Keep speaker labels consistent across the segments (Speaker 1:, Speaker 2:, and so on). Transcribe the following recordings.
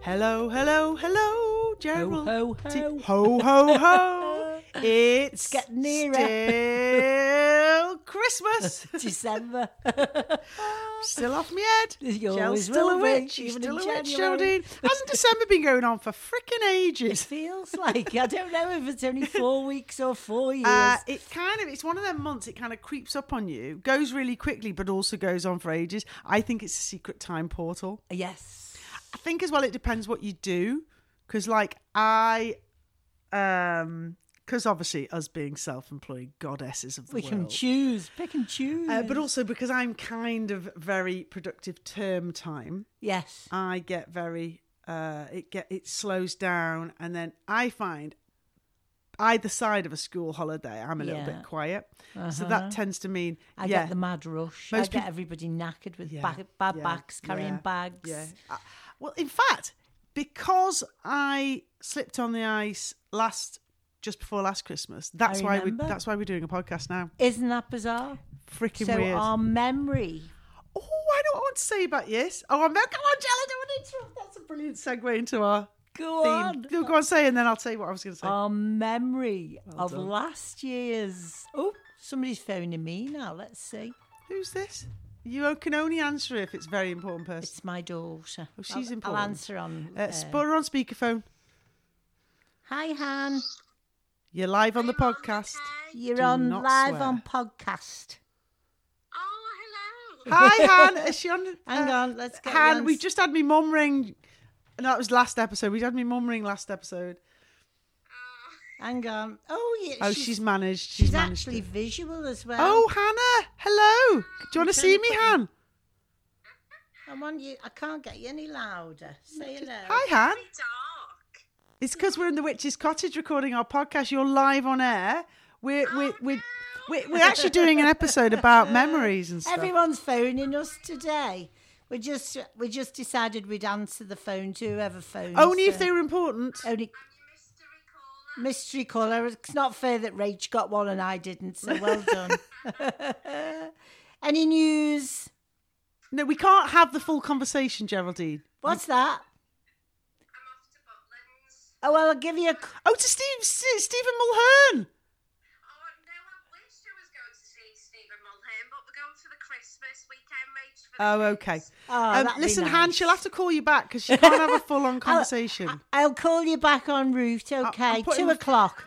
Speaker 1: Hello, hello, hello, Gerald.
Speaker 2: ho,
Speaker 1: T-
Speaker 2: ho.
Speaker 1: ho, ho, ho. It's
Speaker 2: getting nearer.
Speaker 1: Still Christmas.
Speaker 2: December.
Speaker 1: still off my head.
Speaker 2: You
Speaker 1: Shell's
Speaker 2: always
Speaker 1: still a
Speaker 2: will be,
Speaker 1: witch. She's
Speaker 2: even
Speaker 1: still
Speaker 2: in
Speaker 1: a witch,
Speaker 2: January.
Speaker 1: Geraldine. Hasn't December been going on for freaking
Speaker 2: it
Speaker 1: ages?
Speaker 2: feels like I don't know if it's only four weeks or four years.
Speaker 1: Uh, it kind of it's one of them months it kind of creeps up on you goes really quickly but also goes on for ages i think it's a secret time portal
Speaker 2: yes.
Speaker 1: I think as well it depends what you do because like I um because obviously us being self-employed goddesses of the
Speaker 2: We
Speaker 1: world
Speaker 2: can choose, pick and choose.
Speaker 1: uh, but also because I'm kind of very productive term time
Speaker 2: yes.
Speaker 1: I get very uh it get it slows down and then I find either side of a school holiday I'm a little
Speaker 2: Yeah. Uh-huh.
Speaker 1: bit quiet so that tends to mean
Speaker 2: I
Speaker 1: yeah
Speaker 2: get the mad rush. I
Speaker 1: Most
Speaker 2: get
Speaker 1: peop-
Speaker 2: everybody knackered with
Speaker 1: Yeah,
Speaker 2: back, bad
Speaker 1: yeah,
Speaker 2: backs, carrying
Speaker 1: yeah,
Speaker 2: bags.
Speaker 1: Yeah. Uh, well, in fact, because I slipped on the ice last just before last Christmas, that's why we
Speaker 2: remember.
Speaker 1: that's why we're doing a podcast now.
Speaker 2: Isn't that bizarre?
Speaker 1: Freaking
Speaker 2: so
Speaker 1: weird.
Speaker 2: our memory.
Speaker 1: oh, I know what I want to say about yes. Oh, I'm come on, Jell, I don't want to interrupt. That's a brilliant segue into our
Speaker 2: Go
Speaker 1: theme.
Speaker 2: on.
Speaker 1: No, go on, say, and then I'll tell you what I was going to say.
Speaker 2: Our memory of
Speaker 1: done.
Speaker 2: last year's. Oh, somebody's phoning me now. Let's see.
Speaker 1: Who's this? You can only answer if it's a very important person.
Speaker 2: It's my daughter.
Speaker 1: Oh, she's
Speaker 2: I'll-
Speaker 1: important.
Speaker 2: I'll answer on.
Speaker 1: Uh,
Speaker 2: um,
Speaker 1: put her on speakerphone.
Speaker 2: Hi, Han.
Speaker 1: You're live on the podcast.
Speaker 2: You're
Speaker 1: Do
Speaker 2: on
Speaker 1: not
Speaker 2: live
Speaker 1: swear.
Speaker 2: on podcast.
Speaker 3: Oh, hello.
Speaker 1: Hi, Han. Is she on?
Speaker 2: Hang
Speaker 1: uh,
Speaker 2: on, let's get
Speaker 1: Han,
Speaker 2: you on
Speaker 1: we
Speaker 2: s-
Speaker 1: just had me mum ring. No, that was last episode. We had me mum ring last episode.
Speaker 2: Hang on. Oh, yeah.
Speaker 1: Oh, she's,
Speaker 2: she's,
Speaker 1: managed. She's,
Speaker 2: she's
Speaker 1: managed.
Speaker 2: actually
Speaker 1: it.
Speaker 2: visual as well.
Speaker 1: Oh, Hannah. Hello. Do you want to see
Speaker 2: trying to
Speaker 1: me,
Speaker 2: put you-
Speaker 1: Han?
Speaker 2: I'm on you. I can't get you any louder. Say hello.
Speaker 1: Hi, Han.
Speaker 3: Very dark.
Speaker 1: It's because we're in the Witch's Cottage recording our podcast. You're live on air. We're we're we're, we're, we're actually doing an episode about memories and stuff.
Speaker 2: Everyone's phoning us today. We just we just decided we'd answer the phone to whoever phones.
Speaker 1: Only if
Speaker 2: uh,
Speaker 1: they were important.
Speaker 2: only
Speaker 3: You mystery caller.
Speaker 2: mystery caller. It's not fair that Rach got one and I didn't. So well done. any news?
Speaker 1: No, we can't have the full conversation, Geraldine.
Speaker 2: What's that?
Speaker 3: I'm off to Butlands.
Speaker 2: Oh well, I'll give you a. c-
Speaker 1: Oh, to Steve, S- Stephen Mulhern.
Speaker 3: Oh, no, I wished I was going to see Stephen Mulhern, but we're going for the Christmas weekend, mate. For the
Speaker 1: Oh,
Speaker 3: kids.
Speaker 1: okay.
Speaker 2: Oh,
Speaker 1: Um,
Speaker 2: that'd be
Speaker 1: listen, Han,
Speaker 2: nice.
Speaker 1: she'll have to call you back because she can't have a full-on conversation.
Speaker 2: I'll call you back en route, okay?
Speaker 1: putting
Speaker 2: Two
Speaker 1: my-
Speaker 2: o'clock.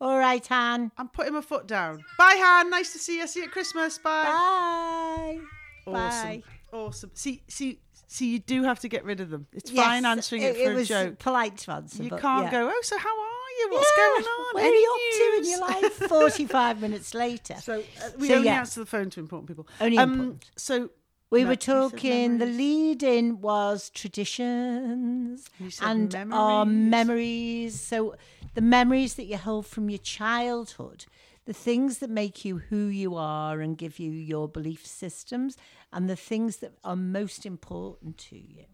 Speaker 2: All right, Han.
Speaker 1: I'm putting my foot down. Bye, Han. Nice to see you. See you at Christmas. Bye.
Speaker 2: Bye.
Speaker 1: Awesome.
Speaker 2: Bye.
Speaker 1: Awesome. See, see, see. You do have to get rid of them. It's
Speaker 2: Yes,
Speaker 1: fine answering it, for a
Speaker 2: was
Speaker 1: joke.
Speaker 2: Polite to answer.
Speaker 1: You
Speaker 2: but
Speaker 1: can't
Speaker 2: yeah.
Speaker 1: go. Oh, so how are you? What's
Speaker 2: Yeah,
Speaker 1: going on?
Speaker 2: Where
Speaker 1: Any
Speaker 2: are you up to in
Speaker 1: news?"
Speaker 2: your life? Forty-five minutes later,
Speaker 1: So uh, we
Speaker 2: So,
Speaker 1: only
Speaker 2: yeah.
Speaker 1: answer the phone to important people. Um,
Speaker 2: Only important.
Speaker 1: So
Speaker 2: we
Speaker 1: No,
Speaker 2: were
Speaker 1: you said
Speaker 2: talking. The
Speaker 1: memories.
Speaker 2: lead-in was traditions
Speaker 1: You said
Speaker 2: and our
Speaker 1: memories.
Speaker 2: memories. So the memories that you hold from your childhood, the things that make you who you are and give you your belief systems, and the things that are most important to you.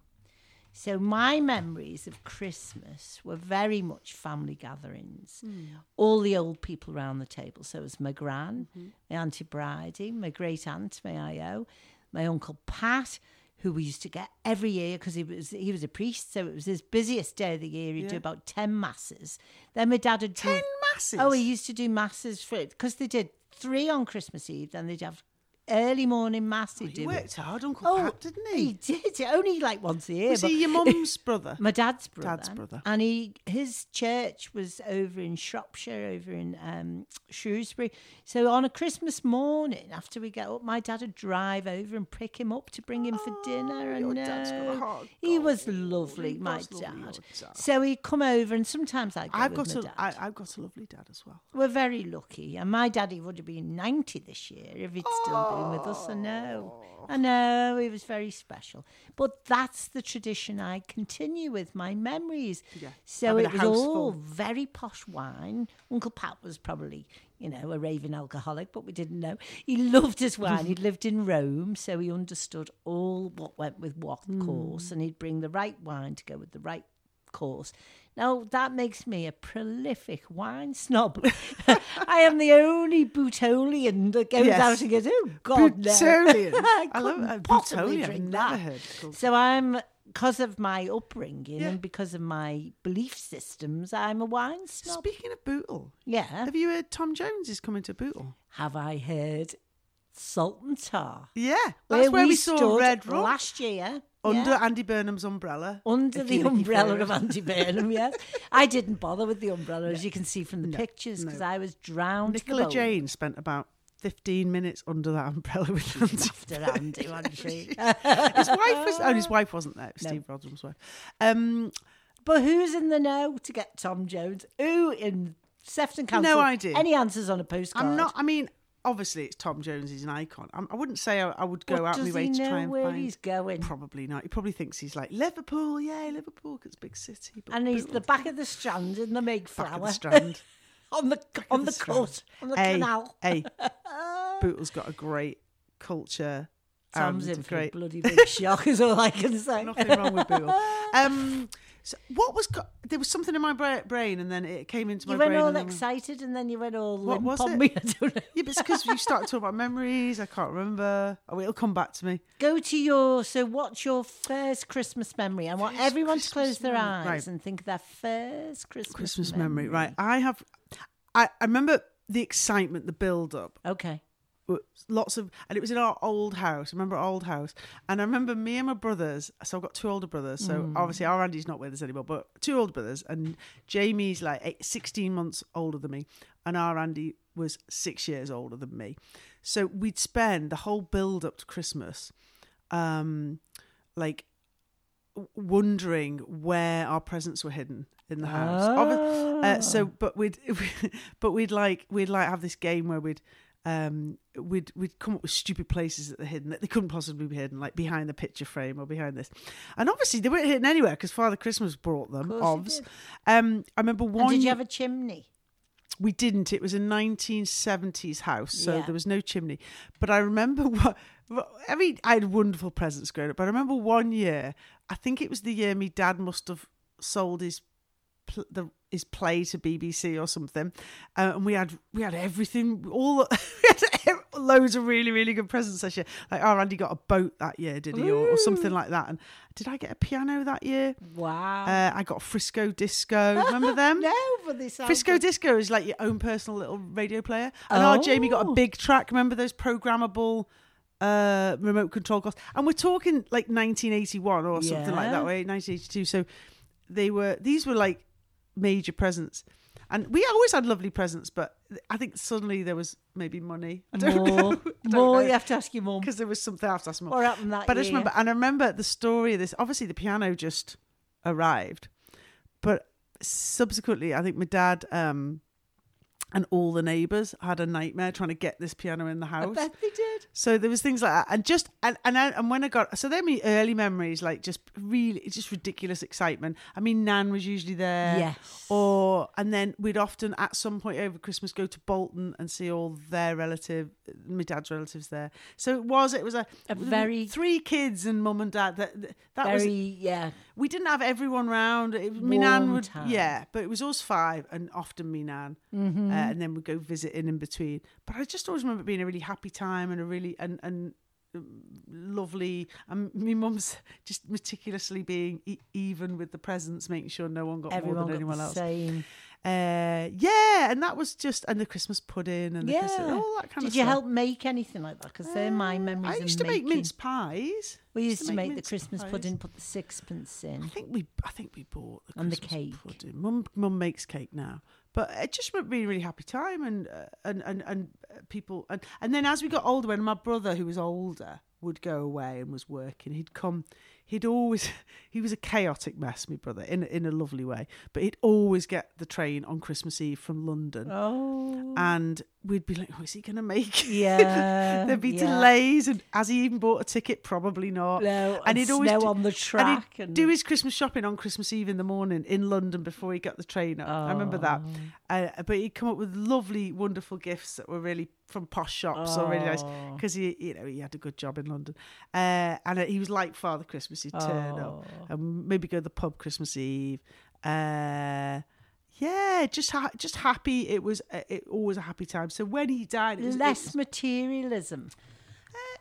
Speaker 2: So my memories of Christmas were very much family gatherings.
Speaker 1: Hmm.
Speaker 2: All the old people round the table. So it was my gran,
Speaker 1: Mm-hmm.
Speaker 2: my auntie Bridie, my great aunt, my IO, my uncle Pat, who we used to get every year because he was he was a priest, so it was his busiest day of the year. He'd do
Speaker 1: Yeah.
Speaker 2: about ten masses. Then my dad would do
Speaker 1: ten masses.
Speaker 2: Oh, he used to do masses for it because they did three on Christmas Eve, then they'd have early morning mass. He'd
Speaker 1: Oh, He
Speaker 2: do it.
Speaker 1: worked hard, Uncle
Speaker 2: Oh,
Speaker 1: Pat, didn't he?
Speaker 2: He did only like once a year.
Speaker 1: Was
Speaker 2: but-
Speaker 1: he your mum's brother?
Speaker 2: my dad's brother.
Speaker 1: Dad's brother.
Speaker 2: And he his church was over in Shropshire, over in um, Shrewsbury. So on a Christmas morning, after we get up, my dad would drive over and prick him up to bring him for dinner. And
Speaker 1: Oh, your dad's got a
Speaker 2: no,
Speaker 1: heart
Speaker 2: he was
Speaker 1: goal.
Speaker 2: lovely,
Speaker 1: He
Speaker 2: my
Speaker 1: was lovely, your
Speaker 2: dad.
Speaker 1: dad.
Speaker 2: So he'd come over, and sometimes I'd go
Speaker 1: I've
Speaker 2: with
Speaker 1: got
Speaker 2: my
Speaker 1: a,
Speaker 2: dad.
Speaker 1: I, I've got a lovely dad as well.
Speaker 2: We're very lucky. And my daddy would have been 90 this year if he'd still been with us. I know. I know. He was very special. But that's the tradition I continue with my memories.
Speaker 1: Yeah,
Speaker 2: So
Speaker 1: having
Speaker 2: it
Speaker 1: a
Speaker 2: was
Speaker 1: house
Speaker 2: all
Speaker 1: full.
Speaker 2: very posh wine. Uncle Pat was probably, you know, a raving alcoholic, but we didn't know. He loved his wine. he'd lived in Rome, so he understood all what went with what
Speaker 1: Hmm.
Speaker 2: course. And he'd bring the right wine to go with the right course. Now that makes me a prolific wine snob. I am the only Bootolian that goes
Speaker 1: Yes.
Speaker 2: out and goes, oh God, no.
Speaker 1: Butolian.
Speaker 2: I
Speaker 1: I love
Speaker 2: couldn't
Speaker 1: uh,
Speaker 2: possibly
Speaker 1: Butolian. I've
Speaker 2: drink
Speaker 1: never
Speaker 2: that.
Speaker 1: heard. it called-
Speaker 2: So I'm because of my upbringing
Speaker 1: Yeah.
Speaker 2: and because of my belief systems, I'm a wine snob.
Speaker 1: Speaking of Bootle,
Speaker 2: yeah.
Speaker 1: have you heard Tom Jones is coming to Bootle?
Speaker 2: Have I heard salt and tar?
Speaker 1: Yeah, that's where, we, saw
Speaker 2: stood
Speaker 1: Red Rum
Speaker 2: last year.
Speaker 1: under
Speaker 2: yeah,
Speaker 1: Andy Burnham's umbrella.
Speaker 2: under
Speaker 1: if
Speaker 2: the
Speaker 1: you're looking
Speaker 2: umbrella
Speaker 1: for
Speaker 2: of
Speaker 1: it.
Speaker 2: Andy Burnham, yes. I didn't bother with the umbrella, as you can see from the pictures, because I was drowned. to the
Speaker 1: Nicola
Speaker 2: bone
Speaker 1: Jane spent about 15 minutes under that umbrella with Andy.
Speaker 2: After Andy, Uh, wasn't she?
Speaker 1: His wife was, oh, his wife wasn't there. It was Steve Rodham's wife. Um,
Speaker 2: But who's in the know to get Tom Jones? Who in Sefton Council?
Speaker 1: idea.
Speaker 2: Any answers on a postcard?
Speaker 1: I'm not. I mean, obviously, it's Tom Jones. He's an icon. I'm, I i would not say I, I would go out
Speaker 2: What,
Speaker 1: of my
Speaker 2: does
Speaker 1: way
Speaker 2: he
Speaker 1: to
Speaker 2: know
Speaker 1: try and
Speaker 2: where
Speaker 1: find.
Speaker 2: he's going?
Speaker 1: Probably not. He probably thinks he's like Liverpool. Yay, Liverpool! 'cause it's a big city. But
Speaker 2: And he's
Speaker 1: Bootle-
Speaker 2: the back of the strand in the Mayflower.
Speaker 1: back of the Strand.
Speaker 2: on the on the,
Speaker 1: the
Speaker 2: coast, on the
Speaker 1: hey,
Speaker 2: canal.
Speaker 1: hey, Bootle's got a great culture.
Speaker 2: Tom's
Speaker 1: and
Speaker 2: in for
Speaker 1: great.
Speaker 2: a bloody big shock, is all I can say.
Speaker 1: Nothing wrong with Bootle. Um, so what was go- there was something in my bra- brain, and then it came into
Speaker 2: You
Speaker 1: my
Speaker 2: went
Speaker 1: brain.
Speaker 2: all
Speaker 1: and then-
Speaker 2: excited and then you went all
Speaker 1: What
Speaker 2: limp
Speaker 1: was
Speaker 2: on
Speaker 1: it?
Speaker 2: me. I don't know.
Speaker 1: Yeah, but it's because you start talking about memories. I can't remember. Oh, it'll come back to me.
Speaker 2: Go to your so what's your first Christmas memory? I want
Speaker 1: First
Speaker 2: everyone to
Speaker 1: Christmas
Speaker 2: close their eyes
Speaker 1: memory. Right.
Speaker 2: and think of their first Christmas
Speaker 1: Christmas memory. right? I have. I, I remember the excitement, the build up,
Speaker 2: Okay.
Speaker 1: w- lots of, and it was in our old house. Remember our old house? And I remember me and my brothers. So I've got two older brothers. So obviously our Andy's not with us anymore, but two older brothers. And Jamie's like eight, 16 months older than me, and our Andy was six years older than me. So we'd spend the whole build up to Christmas, um, like w- wondering where our presents were hidden in the house. Obvi-
Speaker 2: Ah.
Speaker 1: uh, so, but we'd, but we'd like we'd like have this game where we'd. Um, we'd we'd come up with stupid places that they're hidden that they couldn't possibly be hidden, like behind the picture frame or behind this, and obviously they weren't hidden anywhere because Father Christmas brought them.
Speaker 2: course
Speaker 1: Obs,
Speaker 2: he did.
Speaker 1: um, I remember
Speaker 2: And
Speaker 1: one.
Speaker 2: did you have a chimney?
Speaker 1: We didn't. It was a 1970s house, so
Speaker 2: Yeah.
Speaker 1: there was no chimney. But I remember what. I mean, I had wonderful presents growing up. But I remember one year. I think it was the year my dad must have sold his pl- the his play to BBC or something, uh, and we had we had everything. All the, we had ev- loads of really really good presents this year. Like, oh, Andy got a boat that year, did he, or, or something like that? And did I get a piano that year?
Speaker 2: Mm. Wow.
Speaker 1: Uh, I got a Frisco Disco. Remember them?
Speaker 2: no, but this
Speaker 1: Frisco Disco is like your own personal little radio player. And our Jamie got
Speaker 2: Oh.
Speaker 1: a big track. Remember those programmable uh, remote control costs? And we're talking like 1981 or something like
Speaker 2: Yeah.
Speaker 1: that, way 1982. So they were these were like major presents. And we always had lovely presents, but I think suddenly there was maybe money. I don't
Speaker 2: more,
Speaker 1: know.
Speaker 2: more. You have to ask your mum.
Speaker 1: Because there was something else. That's
Speaker 2: What happened that
Speaker 1: but I
Speaker 2: year?
Speaker 1: just remember, and I remember the story of this. Obviously, the piano just arrived, but subsequently, I think my dad um, and all the neighbours had a nightmare trying to get this piano in the
Speaker 2: I
Speaker 1: house.
Speaker 2: bet they did.
Speaker 1: So there was things like that, and just and and I, and when I got so they're my early memories, like just really it's just ridiculous excitement. I mean, Nan was usually there,
Speaker 2: Yes.
Speaker 1: Uh, Or and then we'd often at some point over Christmas go to Bolton and see all their relative, my dad's relatives there. So it was it was a,
Speaker 2: A very-
Speaker 1: three kids and mum and dad. That that, that
Speaker 2: Very,
Speaker 1: was
Speaker 2: yeah.
Speaker 1: we didn't have everyone round. It, my
Speaker 2: Warm
Speaker 1: nan would
Speaker 2: time.
Speaker 1: yeah, but it was us five and often me nan, mm-hmm. uh, and then we'd go visiting in between. But I just always remember it being a really happy time and a really and and um, lovely and my mum's just meticulously being e- even with the presents making sure no one got more
Speaker 2: Everyone
Speaker 1: than
Speaker 2: got
Speaker 1: anyone
Speaker 2: the
Speaker 1: else
Speaker 2: same.
Speaker 1: uh yeah and that was just and the christmas pudding and the
Speaker 2: Yeah.
Speaker 1: Christmas, all that kind of
Speaker 2: Did you
Speaker 1: stuff.
Speaker 2: help make anything like that? Because they're my memories.
Speaker 1: Uh, i
Speaker 2: of
Speaker 1: used to make
Speaker 2: making-
Speaker 1: mince pies
Speaker 2: We used to make, the
Speaker 1: mince
Speaker 2: Christmas
Speaker 1: pies.
Speaker 2: pudding, put the sixpence
Speaker 1: I
Speaker 2: in.
Speaker 1: think we, I think we bought the
Speaker 2: And the
Speaker 1: Christmas
Speaker 2: cake.
Speaker 1: Pudding. Mum, mum makes cake now, but it just remember being a really happy time, and uh, and and and uh, people, and and then as we got older, when my brother, who was older, would go away and was working, he'd come. He'd always, he was a chaotic mess, my brother, in in a lovely way. But he'd always get the train on Christmas Eve from London,
Speaker 2: Oh.
Speaker 1: and we'd be like, "Oh, is he going to make it?"
Speaker 2: Yeah.
Speaker 1: There'd be
Speaker 2: yeah.
Speaker 1: delays, and has he even bought a ticket? Probably not.
Speaker 2: No, and
Speaker 1: he'd always
Speaker 2: snow
Speaker 1: do-
Speaker 2: on the
Speaker 1: and
Speaker 2: track.
Speaker 1: he'd
Speaker 2: And,
Speaker 1: do his Christmas shopping on Christmas Eve in the morning in London before he got the train up. I remember that.
Speaker 2: Oh.
Speaker 1: Uh, but he'd come up with lovely, wonderful gifts that were really from posh shops or really nice
Speaker 2: Oh.
Speaker 1: because he, you know, he had a good job in London. Uh, and he was like Father Christmas. He'd turn
Speaker 2: Oh.
Speaker 1: up and maybe go to the pub Christmas Eve. Uh, yeah, just ha- just happy. It was uh, it always a happy time. So when he died, it was, it
Speaker 2: less
Speaker 1: was-
Speaker 2: materialism.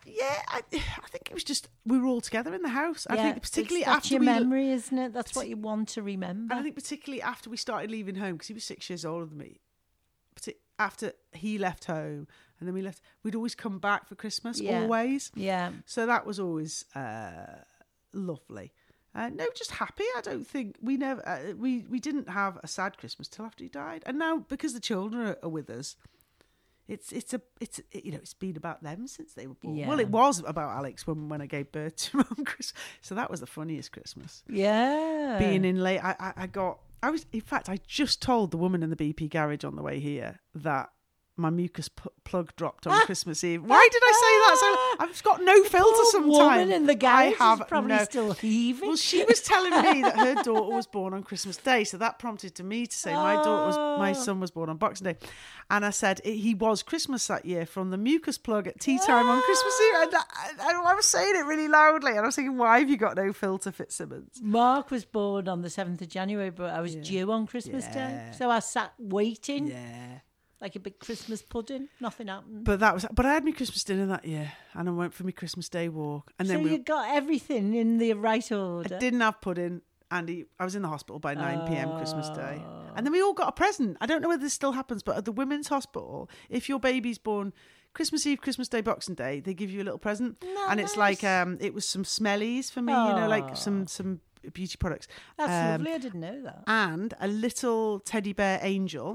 Speaker 1: yeah, I, I think it was just we were all together in the house. I
Speaker 2: Yeah,
Speaker 1: think
Speaker 2: it's-
Speaker 1: particularly
Speaker 2: that's
Speaker 1: after
Speaker 2: your
Speaker 1: we,
Speaker 2: memory, isn't it? That's what you want to remember.
Speaker 1: and I think particularly after we started leaving home because he was six years older than me. parti- After he left home and then we left, we'd always come back for Christmas
Speaker 2: Yeah.
Speaker 1: always.
Speaker 2: yeah,
Speaker 1: So that was always uh, lovely. Uh, no, just happy. I don't think we never uh, we we didn't have a sad Christmas till after he died, and now because the children are, are with us, it's it's a it's it- you know it's been about them since they were born. Well,
Speaker 2: Yeah.
Speaker 1: it was about Alex when when I gave birth to him on Christmas, so that was the funniest Christmas
Speaker 2: yeah.
Speaker 1: being in late. I, I, I got, I was, in fact, I just told the woman in the BP garage on the way here that my mucus p- plug dropped
Speaker 2: Ah!
Speaker 1: on Christmas Eve. Why did I say that? So I've got no filter
Speaker 2: Poor
Speaker 1: sometimes.
Speaker 2: woman in the garage
Speaker 1: I have
Speaker 2: is probably
Speaker 1: no-
Speaker 2: still heaving.
Speaker 1: Well, she was telling me that her daughter was born on Christmas Day, so that prompted to me to say my daughter was,
Speaker 2: Oh.
Speaker 1: my son was born on Boxing Day, and I said it, he was Christmas that year from the mucus plug at tea time on Christmas Eve, and I, I, I was saying it really loudly, and I was thinking, why have you got no filter, Fitzsimmons?
Speaker 2: Mark was born on the seventh of January, but I was due on Christmas
Speaker 1: Yeah.
Speaker 2: Day, so I sat waiting
Speaker 1: Yeah.
Speaker 2: like a big Christmas pudding. Nothing happened.
Speaker 1: But that was. But I had my Christmas dinner that year, and I went for my Christmas Day walk, and
Speaker 2: so
Speaker 1: then
Speaker 2: you
Speaker 1: we
Speaker 2: got everything in the right order.
Speaker 1: I didn't have pudding. Andy, I was in the hospital by 9 p.m. Christmas Day.
Speaker 2: Oh.
Speaker 1: And then we all got a present. I don't know whether this still happens, but at the women's hospital, if your baby's born Christmas Eve, Christmas Day, Boxing Day, they give you a little present. and it's like um it was some smellies for me, you know, like some some beauty products.
Speaker 2: That's
Speaker 1: Um,
Speaker 2: lovely. I didn't know that.
Speaker 1: And a little teddy bear angel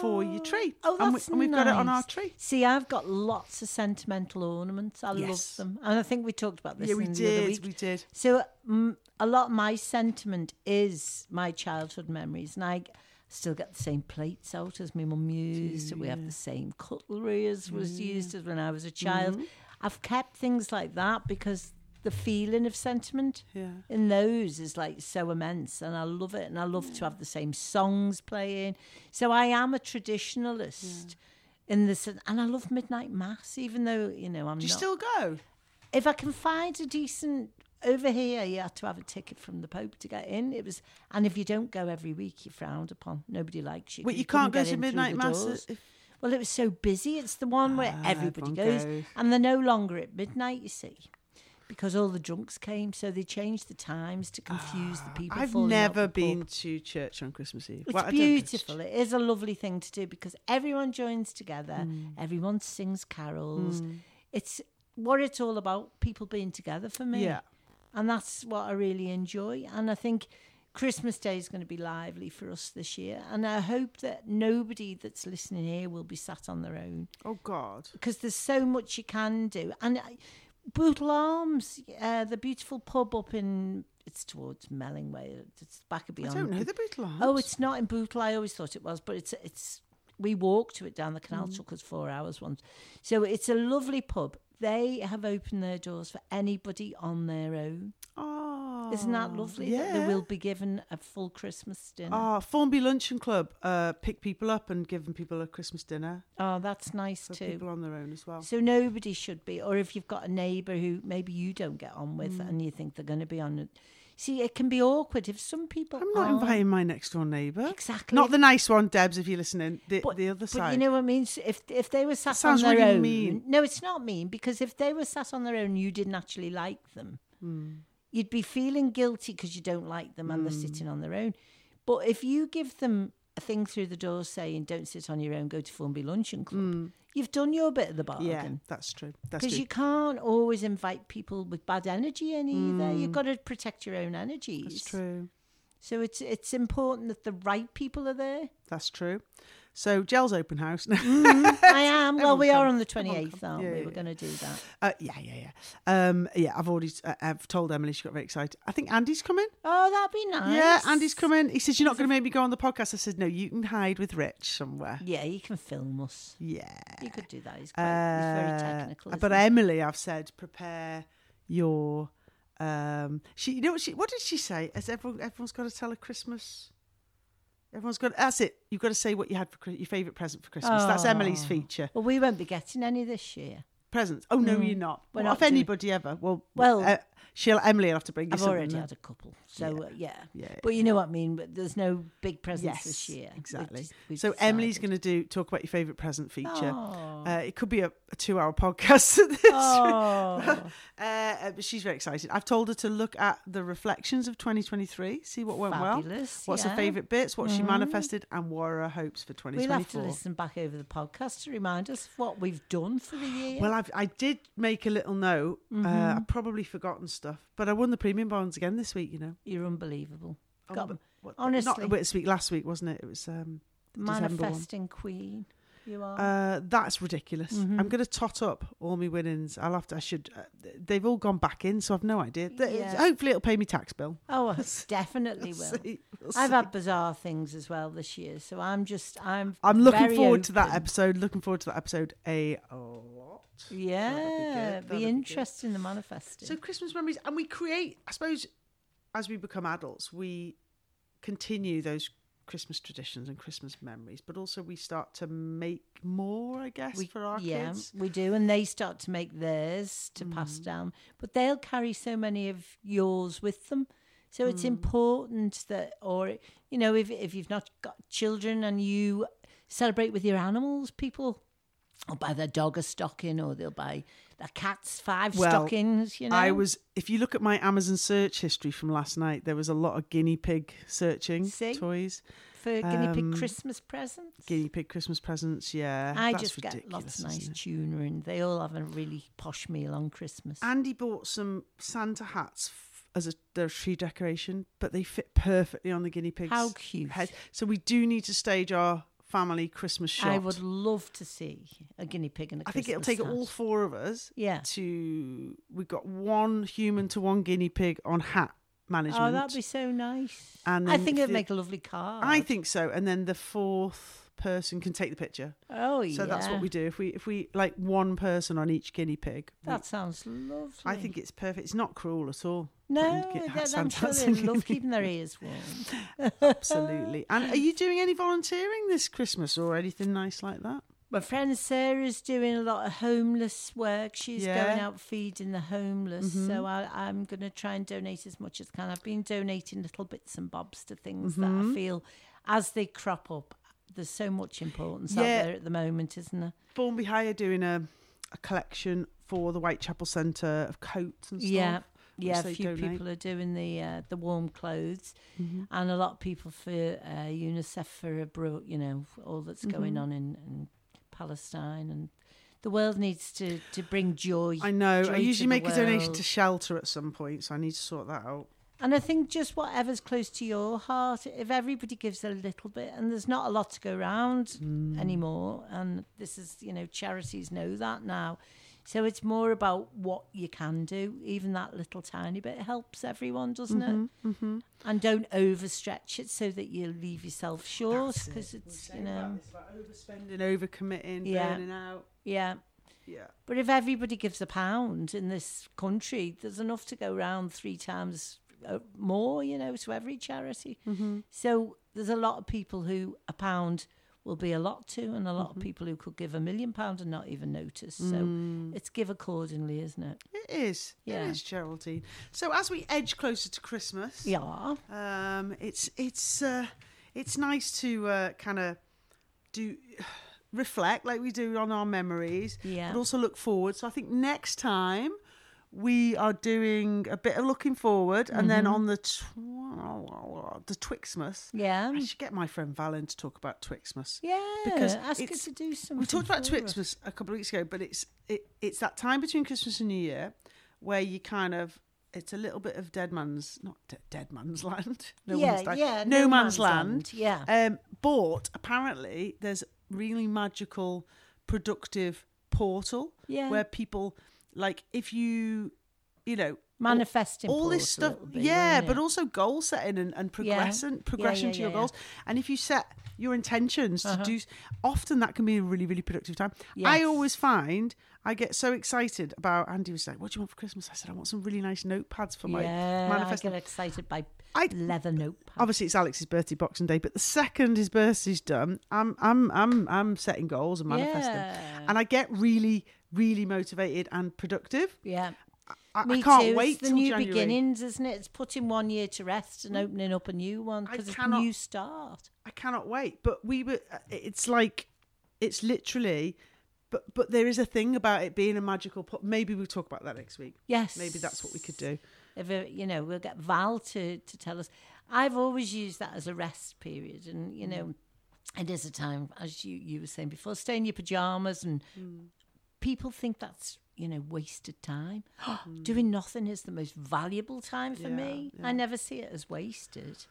Speaker 1: for your tree.
Speaker 2: Oh,
Speaker 1: and,
Speaker 2: that's
Speaker 1: and we've got it on our
Speaker 2: nice.
Speaker 1: tree.
Speaker 2: See, I've got lots of sentimental ornaments. I
Speaker 1: Yes.
Speaker 2: love them, and I think we talked about this
Speaker 1: Yeah, we
Speaker 2: in the other
Speaker 1: did.
Speaker 2: week.
Speaker 1: We did.
Speaker 2: So mm, a lot of my sentiment is my childhood memories, and I still get the same plates out as my mum used. and We have the same cutlery as
Speaker 1: Mm.
Speaker 2: was used as when I was a child. I've kept things like that because the feeling of sentiment
Speaker 1: Yeah.
Speaker 2: in those is like so immense, and I love it, and I love to have the same songs playing. So I am a traditionalist. In this, and I love midnight mass, even though you know I'm
Speaker 1: Do you
Speaker 2: not
Speaker 1: still go?
Speaker 2: if I can find a decent over here, you had to have a ticket from the Pope to get in. It was, and if you don't go every week, you're frowned upon. Nobody likes you.
Speaker 1: Wait,
Speaker 2: 'cause
Speaker 1: you can't go
Speaker 2: couldn't get
Speaker 1: to
Speaker 2: in through
Speaker 1: midnight
Speaker 2: the
Speaker 1: mass
Speaker 2: doors.
Speaker 1: if-
Speaker 2: Well, it was so busy. It's the one where everybody
Speaker 1: everyone
Speaker 2: goes,
Speaker 1: goes.
Speaker 2: and they're no longer at midnight. You see. Because all the drunks came, so they changed the times to confuse the people.
Speaker 1: Ah, I've
Speaker 2: falling out
Speaker 1: never
Speaker 2: the pub.
Speaker 1: been to church on Christmas Eve.
Speaker 2: It's
Speaker 1: Well, I don't go to
Speaker 2: beautiful. It is a lovely thing to do because everyone joins together,
Speaker 1: Mm.
Speaker 2: everyone sings carols. It's what it's all about people being together for me.
Speaker 1: Yeah.
Speaker 2: And that's what I really enjoy. And I think Christmas Day is going to be lively for us this year. And I hope that nobody that's listening here will be sat on their own
Speaker 1: Oh God.
Speaker 2: because there's so much you can do. And I- Bootle Arms, uh, the beautiful pub up in, it's towards Mellingway, it's back of
Speaker 1: I
Speaker 2: beyond.
Speaker 1: don't know the Bootle Arms.
Speaker 2: Oh, it's not in Bootle. I always thought it was, but it's it's. We walked to it down the
Speaker 1: Mm.
Speaker 2: canal. Took us four hours once. So it's a lovely pub. They have opened their doors for anybody on their own.
Speaker 1: Oh,
Speaker 2: Isn't that lovely? That they
Speaker 1: yeah.
Speaker 2: will be given a full Christmas dinner. Oh,
Speaker 1: Ah, Formby Luncheon Club uh, pick people up and give them people a Christmas dinner
Speaker 2: Oh, that's nice
Speaker 1: for
Speaker 2: too.
Speaker 1: people on their own as well.
Speaker 2: So nobody should be, or if you've got a neighbour who maybe you don't get on
Speaker 1: Hmm.
Speaker 2: with and you think they're going to be on it. See, it can be awkward if some people.
Speaker 1: I'm not
Speaker 2: aren't.
Speaker 1: inviting my next door neighbour.
Speaker 2: Exactly.
Speaker 1: Not the nice one, Debs. If you're listening, the,
Speaker 2: But-
Speaker 1: the other
Speaker 2: but
Speaker 1: side.
Speaker 2: You know what I mean? So If if they were sat
Speaker 1: sounds
Speaker 2: on their
Speaker 1: really
Speaker 2: own,
Speaker 1: mean.
Speaker 2: no, it's not mean because if they were sat on their own, you didn't actually like them.
Speaker 1: Hmm.
Speaker 2: You'd be feeling guilty because you don't like them and they're sitting on their own. But if you give them a thing through the door saying "Don't sit on your own, go to Formby Luncheon Club," you've done your bit of the
Speaker 1: Hmm. yeah,
Speaker 2: bargain.
Speaker 1: that's true. That's
Speaker 2: Because
Speaker 1: true.
Speaker 2: you can't always invite people with bad energy in either. You've got to protect your own energies.
Speaker 1: Mm. That's true.
Speaker 2: So it's it's important that the right people are there.
Speaker 1: That's true. So Gel's open house.
Speaker 2: I am. Well, we are
Speaker 1: come.
Speaker 2: on the 28th, aren't
Speaker 1: Yeah,
Speaker 2: we?
Speaker 1: yeah,
Speaker 2: We're
Speaker 1: yeah.
Speaker 2: going to do that.
Speaker 1: uh, yeah, yeah, yeah. Um, yeah, I've already uh, I've told Emily. She got very excited. I think Andy's coming.
Speaker 2: Oh, that'd be nice.
Speaker 1: Yeah, Andy's coming. He says, You're not going to make me go on the podcast. I said, No, you can hide with Rich somewhere.
Speaker 2: Yeah, you can film us.
Speaker 1: Yeah.
Speaker 2: You could do that. He's, quite, he's very
Speaker 1: Uh,
Speaker 2: technical. Isn't
Speaker 1: but
Speaker 2: he?
Speaker 1: Emily, I've said, prepare your. Um, she, you know what she? What did she say? Has everyone, everyone's got to tell a Christmas. Everyone's got. That's it. You've got to say what you had for Chri- your favorite present for Christmas. That's
Speaker 2: Oh.
Speaker 1: Emily's feature.
Speaker 2: well, we won't be getting any this year.
Speaker 1: Presents. Oh no, you're not.
Speaker 2: Mm. We're
Speaker 1: Well,
Speaker 2: not
Speaker 1: if
Speaker 2: doing-
Speaker 1: anybody ever. Well,
Speaker 2: Well,
Speaker 1: uh, She'll Emily will have to bring you
Speaker 2: I've
Speaker 1: something.
Speaker 2: already
Speaker 1: then.
Speaker 2: had a couple, so yeah. Uh, yeah.
Speaker 1: Yeah,
Speaker 2: But you know what I mean. But there's no big presents
Speaker 1: Yes,
Speaker 2: this year. We've
Speaker 1: exactly.
Speaker 2: des- we've
Speaker 1: so Emily's
Speaker 2: decided.
Speaker 1: going to do talk about your favorite present feature.
Speaker 2: Oh.
Speaker 1: Uh, it could be a, a two-hour podcast. at this.
Speaker 2: Oh.
Speaker 1: Uh, uh, but she's very excited. I've told her to look at the reflections of 2023, see what went well,
Speaker 2: Fabulous,
Speaker 1: what's her
Speaker 2: yeah. Mm-hmm.
Speaker 1: favourite bits, what she manifested, and what are her hopes for
Speaker 2: We'll have to
Speaker 1: 2024.
Speaker 2: listen back over the podcast to remind us of what we've done for the year.
Speaker 1: Well, I've, I did make a little note. Uh,
Speaker 2: Mm-hmm.
Speaker 1: I've probably forgotten stuff, but I won the premium bonds again this week. You know,
Speaker 2: You're unbelievable. Got
Speaker 1: Um, what-
Speaker 2: honestly.
Speaker 1: not this week, last week, wasn't it? It was. Um, the December one.
Speaker 2: manifesting queen. You are.
Speaker 1: Uh, that's ridiculous.
Speaker 2: Mm-hmm.
Speaker 1: I'm going to tot up all my winnings. I'll have to. I should. Uh, th- they've all gone back in, so I've no idea. Th-
Speaker 2: Yeah.
Speaker 1: Hopefully, it'll pay me tax bill.
Speaker 2: oh, I definitely will.
Speaker 1: See, we'll
Speaker 2: I've
Speaker 1: see.
Speaker 2: had bizarre things as well this year, so I'm just I'm.
Speaker 1: I'm looking
Speaker 2: very
Speaker 1: forward to that
Speaker 2: open.
Speaker 1: episode. Looking forward to that episode a lot.
Speaker 2: Yeah,
Speaker 1: good,
Speaker 2: it'd be
Speaker 1: that'd be good.
Speaker 2: interesting the manifesting.
Speaker 1: So Christmas memories, and we create. I suppose as we become adults, we continue those Christmas traditions and Christmas memories, but also we start to make more. I guess for our
Speaker 2: yeah,
Speaker 1: kids. Mm.
Speaker 2: we do, and they start to make theirs to pass down, but they'll carry so many of yours with them. So it's
Speaker 1: Mm.
Speaker 2: important that, or you know, if if you've not got children and you celebrate with your animals, people will buy their dog a stocking, or they'll buy their cat's five
Speaker 1: Well,
Speaker 2: stockings. You know,
Speaker 1: I was. If you look at my Amazon search history from last night, there was a lot of guinea pig searching
Speaker 2: See?
Speaker 1: toys,
Speaker 2: for guinea pig
Speaker 1: um,
Speaker 2: Christmas presents.
Speaker 1: guinea pig Christmas presents. Yeah,
Speaker 2: I
Speaker 1: that's
Speaker 2: just get
Speaker 1: ridiculous,
Speaker 2: lots
Speaker 1: isn't
Speaker 2: of nice
Speaker 1: it?
Speaker 2: tuna, and they all have a really posh meal on Christmas.
Speaker 1: Andy bought some Santa hats f- as a their tree decoration, but they fit perfectly on the guinea pigs.
Speaker 2: How cute.
Speaker 1: head. So we do need to stage our family Christmas shot.
Speaker 2: I would love to see a guinea pig and a
Speaker 1: I think it'll
Speaker 2: Christmas
Speaker 1: take all
Speaker 2: hat.
Speaker 1: four of us.
Speaker 2: Yeah.
Speaker 1: To we've got one human to one guinea pig on hat management.
Speaker 2: Oh, that'd be so nice.
Speaker 1: And
Speaker 2: I
Speaker 1: then
Speaker 2: think
Speaker 1: if
Speaker 2: it'd
Speaker 1: the-
Speaker 2: make a lovely card.
Speaker 1: I think so. And then the fourth person can take the picture.
Speaker 2: Oh, yeah.
Speaker 1: So that's what we do. If we if we like one person on each guinea pig, we-
Speaker 2: That sounds lovely.
Speaker 1: I think it's perfect. It's not cruel at all.
Speaker 2: No,
Speaker 1: putting guinea-
Speaker 2: they- I'm
Speaker 1: Santa's
Speaker 2: sure
Speaker 1: in
Speaker 2: they
Speaker 1: guinea
Speaker 2: love
Speaker 1: pig.
Speaker 2: keeping their ears warm.
Speaker 1: Absolutely. And are you doing any volunteering this Christmas or anything nice like that?
Speaker 2: My friend Sarah's doing a lot of homeless work. She's going
Speaker 1: Yeah. Mm-hmm.
Speaker 2: out feeding the homeless. So I, I'm going to try and donate as much as can. I've been donating little bits and bobs to things
Speaker 1: Mm-hmm.
Speaker 2: that I feel as they crop up. There's so much importance out
Speaker 1: Yeah.
Speaker 2: there at the moment, isn't there?
Speaker 1: Formby High are doing a, a collection for the Whitechapel Centre of coats and stuff.
Speaker 2: Yeah,
Speaker 1: which
Speaker 2: yeah. A
Speaker 1: they
Speaker 2: few
Speaker 1: donate. Mm-hmm.
Speaker 2: people are doing the uh, the warm clothes, and a lot of people for uh, UNICEF for abroad. You know all that's going
Speaker 1: Mm-hmm.
Speaker 2: on in, in Palestine, and the world needs to to bring joy.
Speaker 1: I know.
Speaker 2: joy
Speaker 1: I
Speaker 2: to
Speaker 1: usually
Speaker 2: the
Speaker 1: make a donation
Speaker 2: world.
Speaker 1: to shelter at some point, so I need to sort that out.
Speaker 2: And I think just whatever's close to your heart, if everybody gives a little bit, and there's not a lot to go around anymore, and this is, you know, charities know that now. So it's more about what you can do. Even that little tiny bit helps everyone, doesn't it? Mm-hmm. And don't overstretch it so that you leave yourself short because it's, you know,
Speaker 1: It's about overspending, overcommitting,
Speaker 2: Yeah.
Speaker 1: burning out.
Speaker 2: yeah.
Speaker 1: Yeah.
Speaker 2: But if everybody gives a pound in this country, there's enough to go round three times uh, more, you know, to every charity.
Speaker 1: Mm-hmm.
Speaker 2: So there's a lot of people who a pound will be a lot to, and a lot
Speaker 1: Mm-hmm.
Speaker 2: of people who could give a million pound and not even notice. So
Speaker 1: Mm.
Speaker 2: it's give accordingly, isn't it?
Speaker 1: It is.
Speaker 2: Yeah.
Speaker 1: It is, Geraldine. So as we edge closer to Christmas,
Speaker 2: Yeah.
Speaker 1: um, it's it's uh, it's nice to uh, kind of do reflect like we do on our memories,
Speaker 2: Yeah.
Speaker 1: but also look forward. So I think next time we are doing a bit of looking forward, and
Speaker 2: Mm-hmm.
Speaker 1: then on the tw- oh, the Twixmas,
Speaker 2: Yeah.
Speaker 1: I should get my friend Valen to talk about Twixmas.
Speaker 2: Yeah.
Speaker 1: because
Speaker 2: ask her
Speaker 1: it's-
Speaker 2: to do something.
Speaker 1: We talked about
Speaker 2: for us.
Speaker 1: Twixmas a couple of weeks ago, but it's it, it's that time between Christmas and New Year where you kind of it's a little bit of dead man's not de- dead man's land. No
Speaker 2: yeah,
Speaker 1: man's land.
Speaker 2: yeah.
Speaker 1: No, man's, land.
Speaker 2: Yeah.
Speaker 1: Um, but apparently there's really magical productive portal
Speaker 2: Yeah.
Speaker 1: where people like if you you know
Speaker 2: Manifesting
Speaker 1: all this
Speaker 2: portal
Speaker 1: stuff
Speaker 2: it'll be,
Speaker 1: yeah
Speaker 2: won't
Speaker 1: but
Speaker 2: it?
Speaker 1: also goal setting and, and progression progression
Speaker 2: yeah,
Speaker 1: to your
Speaker 2: yeah, yeah.
Speaker 1: goals and if you set your intentions to do s- often that can be a really really productive time i
Speaker 2: Yes.
Speaker 1: always find i get so excited about andy was like what do you want for christmas i said i want some really nice notepads for my
Speaker 2: yeah, I
Speaker 1: manifesting
Speaker 2: get excited by
Speaker 1: I-
Speaker 2: leather notepads.
Speaker 1: obviously it's Alex's birthday boxing day, but the second his birthday's done, I'm I'm I'm I'm setting goals and manifesting.
Speaker 2: Yeah.
Speaker 1: And I get really, really motivated and productive.
Speaker 2: Yeah.
Speaker 1: I,
Speaker 2: Me
Speaker 1: I can't
Speaker 2: too.
Speaker 1: wait
Speaker 2: it's the
Speaker 1: till
Speaker 2: new
Speaker 1: January. Mm.
Speaker 2: beginnings, isn't it? It's putting one year to rest and opening up a new one
Speaker 1: I
Speaker 2: because it's a
Speaker 1: cannot-
Speaker 2: new start.
Speaker 1: I cannot wait. But we were. uh, It's like, it's literally. But but there is a thing about it being a magical. Po- Maybe we'll talk about that next week.
Speaker 2: Yes,
Speaker 1: Maybe that's what we could do.
Speaker 2: If uh, you know, we'll get Val to to tell us. I've always used that as a rest period, and you know,
Speaker 1: Mm.
Speaker 2: it is a time as you you were saying before, stay in your pajamas, and
Speaker 1: Mm.
Speaker 2: people think that's you know wasted time. Doing nothing is the most valuable time for
Speaker 1: Yeah,
Speaker 2: me. I
Speaker 1: Mm. yeah.
Speaker 2: never see it as wasted.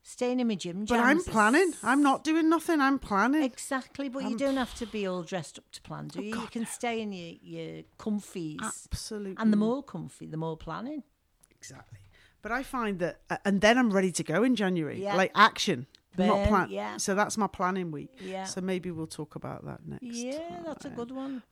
Speaker 2: Staying in my gym,
Speaker 1: But I'm
Speaker 2: jams is-
Speaker 1: planning. I'm not doing nothing. I'm planning.
Speaker 2: Exactly, but you don't have to be all dressed up to plan, do you? you
Speaker 1: Oh, God, Ah,
Speaker 2: can stay in your, your comfies.
Speaker 1: Absolutely.
Speaker 2: And the more comfy, the more planning.
Speaker 1: Exactly. But I find that, uh, and then I'm ready to go in January.
Speaker 2: Yeah.
Speaker 1: Like action, not
Speaker 2: Burn,
Speaker 1: plan.
Speaker 2: yeah.
Speaker 1: So that's my planning week.
Speaker 2: Yeah.
Speaker 1: So maybe we'll talk about that next.
Speaker 2: yeah, that's a
Speaker 1: time.
Speaker 2: good one.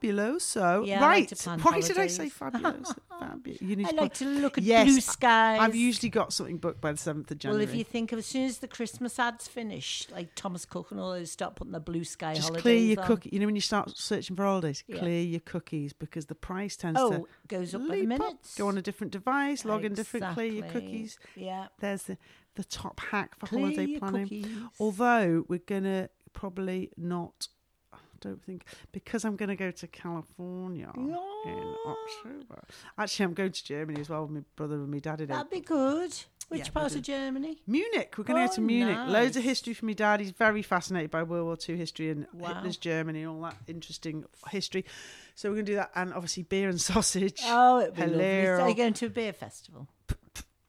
Speaker 1: Fabuloso.
Speaker 2: Yeah, I like
Speaker 1: right.
Speaker 2: to plan
Speaker 1: Why did I say
Speaker 2: holidays.
Speaker 1: fabulous? Fabu- you need
Speaker 2: I
Speaker 1: to
Speaker 2: like
Speaker 1: put-
Speaker 2: to look at
Speaker 1: Yes,
Speaker 2: blue
Speaker 1: I-
Speaker 2: skies.
Speaker 1: I've usually got something booked by the seventh of
Speaker 2: well,
Speaker 1: January.
Speaker 2: if you think of as soon as the Christmas ads finish, like Thomas Cook and all those start putting the blue sky
Speaker 1: just
Speaker 2: holidays
Speaker 1: clear your
Speaker 2: on.
Speaker 1: cookie. You know when you start searching for holidays,
Speaker 2: Yeah.
Speaker 1: clear your cookies because the price tends
Speaker 2: Oh,
Speaker 1: to
Speaker 2: goes up by the
Speaker 1: leap up,
Speaker 2: minutes.
Speaker 1: Go on a different device, log in different, clear your
Speaker 2: Exactly.
Speaker 1: cookies.
Speaker 2: Yeah.
Speaker 1: There's the, the top hack for
Speaker 2: Clear
Speaker 1: holiday
Speaker 2: your
Speaker 1: planning.
Speaker 2: cookies.
Speaker 1: Although we're gonna probably not. I don't think because I'm gonna go to California in
Speaker 2: Yeah.
Speaker 1: October. Actually, I'm going to Germany as well with my brother and my dad. in
Speaker 2: That'd be good. Which
Speaker 1: Yeah,
Speaker 2: part
Speaker 1: we'll
Speaker 2: of Germany?
Speaker 1: Munich. We're going to go to
Speaker 2: Oh,
Speaker 1: Munich. Loads of
Speaker 2: nice.
Speaker 1: history for me dad. He's very fascinated by World War Two history and
Speaker 2: Wow.
Speaker 1: Hitler's Germany and all that interesting history. So we're going to do that, and obviously beer and sausage.
Speaker 2: Oh, it'd be
Speaker 1: Hello.
Speaker 2: lovely. Are you going to a beer festival?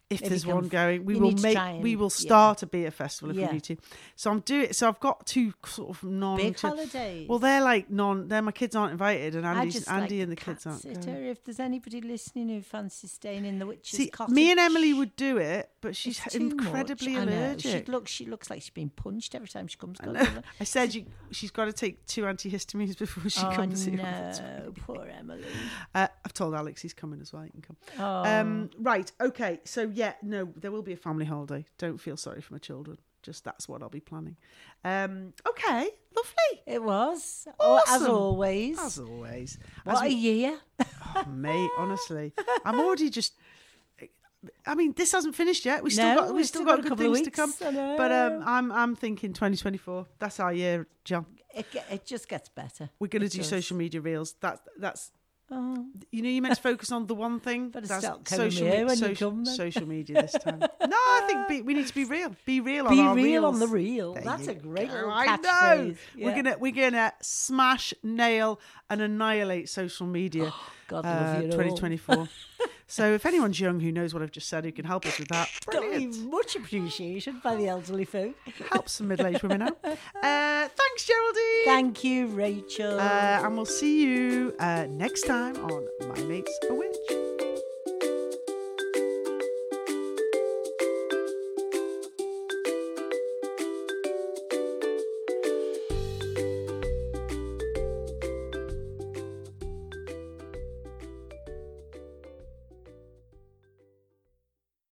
Speaker 1: if
Speaker 2: If
Speaker 1: there's
Speaker 2: you can
Speaker 1: one
Speaker 2: f-
Speaker 1: going, we
Speaker 2: you
Speaker 1: will
Speaker 2: need to
Speaker 1: make
Speaker 2: try
Speaker 1: we
Speaker 2: and-
Speaker 1: will
Speaker 2: yeah.
Speaker 1: start a beer festival if
Speaker 2: Yeah.
Speaker 1: we need to. So I'm doing. So I've got two sort of non.
Speaker 2: Big
Speaker 1: to-
Speaker 2: holidays.
Speaker 1: Well, they're like non. They're my kids aren't invited, and
Speaker 2: I
Speaker 1: Andy's,
Speaker 2: just
Speaker 1: Andy
Speaker 2: like
Speaker 1: and the
Speaker 2: cat
Speaker 1: kids aren't.
Speaker 2: sitter.
Speaker 1: going.
Speaker 2: If there's anybody listening who fancies staying in the witch's
Speaker 1: See,
Speaker 2: cottage,
Speaker 1: me and Emily would do it, but she's
Speaker 2: It's too
Speaker 1: incredibly
Speaker 2: much. I know.
Speaker 1: allergic.
Speaker 2: She looks, she looks like she's been punched every time she comes. I,
Speaker 1: I said you, she's got to take two antihistamines before she
Speaker 2: oh
Speaker 1: comes here.
Speaker 2: no, poor Emily.
Speaker 1: Uh, I've told Alex he's coming as well. He can come.
Speaker 2: Oh,
Speaker 1: Um, right. Okay. So yeah, no, there will be a family holiday. Don't feel sorry for my children. Just that's what I'll be planning. Um, okay. Lovely.
Speaker 2: it was. Oh, as
Speaker 1: awesome.
Speaker 2: always,
Speaker 1: As always. As
Speaker 2: what a
Speaker 1: we-
Speaker 2: year.
Speaker 1: oh, mate, honestly, I'm already just. I mean, this hasn't finished yet. We still
Speaker 2: No,
Speaker 1: got we
Speaker 2: we've
Speaker 1: still
Speaker 2: still
Speaker 1: got,
Speaker 2: got a
Speaker 1: good
Speaker 2: couple of
Speaker 1: things to come.
Speaker 2: weeks, I
Speaker 1: But um,
Speaker 2: know.
Speaker 1: I'm I'm thinking 2024. That's our year, John.
Speaker 2: It, ge- it just gets better.
Speaker 1: We're gonna
Speaker 2: It
Speaker 1: do
Speaker 2: does.
Speaker 1: social media reels. That's that's
Speaker 2: Oh,
Speaker 1: you know you meant to focus on the one thing.
Speaker 2: Better
Speaker 1: That's
Speaker 2: start combing my hair
Speaker 1: me-
Speaker 2: when you
Speaker 1: social,
Speaker 2: come then.
Speaker 1: social media this time. no, I think be, we need to be real. Be real on
Speaker 2: be
Speaker 1: our
Speaker 2: real on the
Speaker 1: reels.
Speaker 2: real.
Speaker 1: There
Speaker 2: That's
Speaker 1: you
Speaker 2: a great
Speaker 1: go.
Speaker 2: little
Speaker 1: I
Speaker 2: catchphrase.
Speaker 1: know. We're
Speaker 2: Yeah.
Speaker 1: gonna we're gonna smash, nail, and annihilate social media.
Speaker 2: God Oh, love
Speaker 1: uh,
Speaker 2: you all.
Speaker 1: 2024. so if anyone's young who knows what I've just said, who can help us with that,
Speaker 2: Got
Speaker 1: brilliant.
Speaker 2: much appreciation by the elderly folk.
Speaker 1: help some middle-aged women out. Uh, thanks, Geraldine.
Speaker 2: Thank you, Rachel.
Speaker 1: Uh, and we'll see you uh, next time on My Mate's a Witch.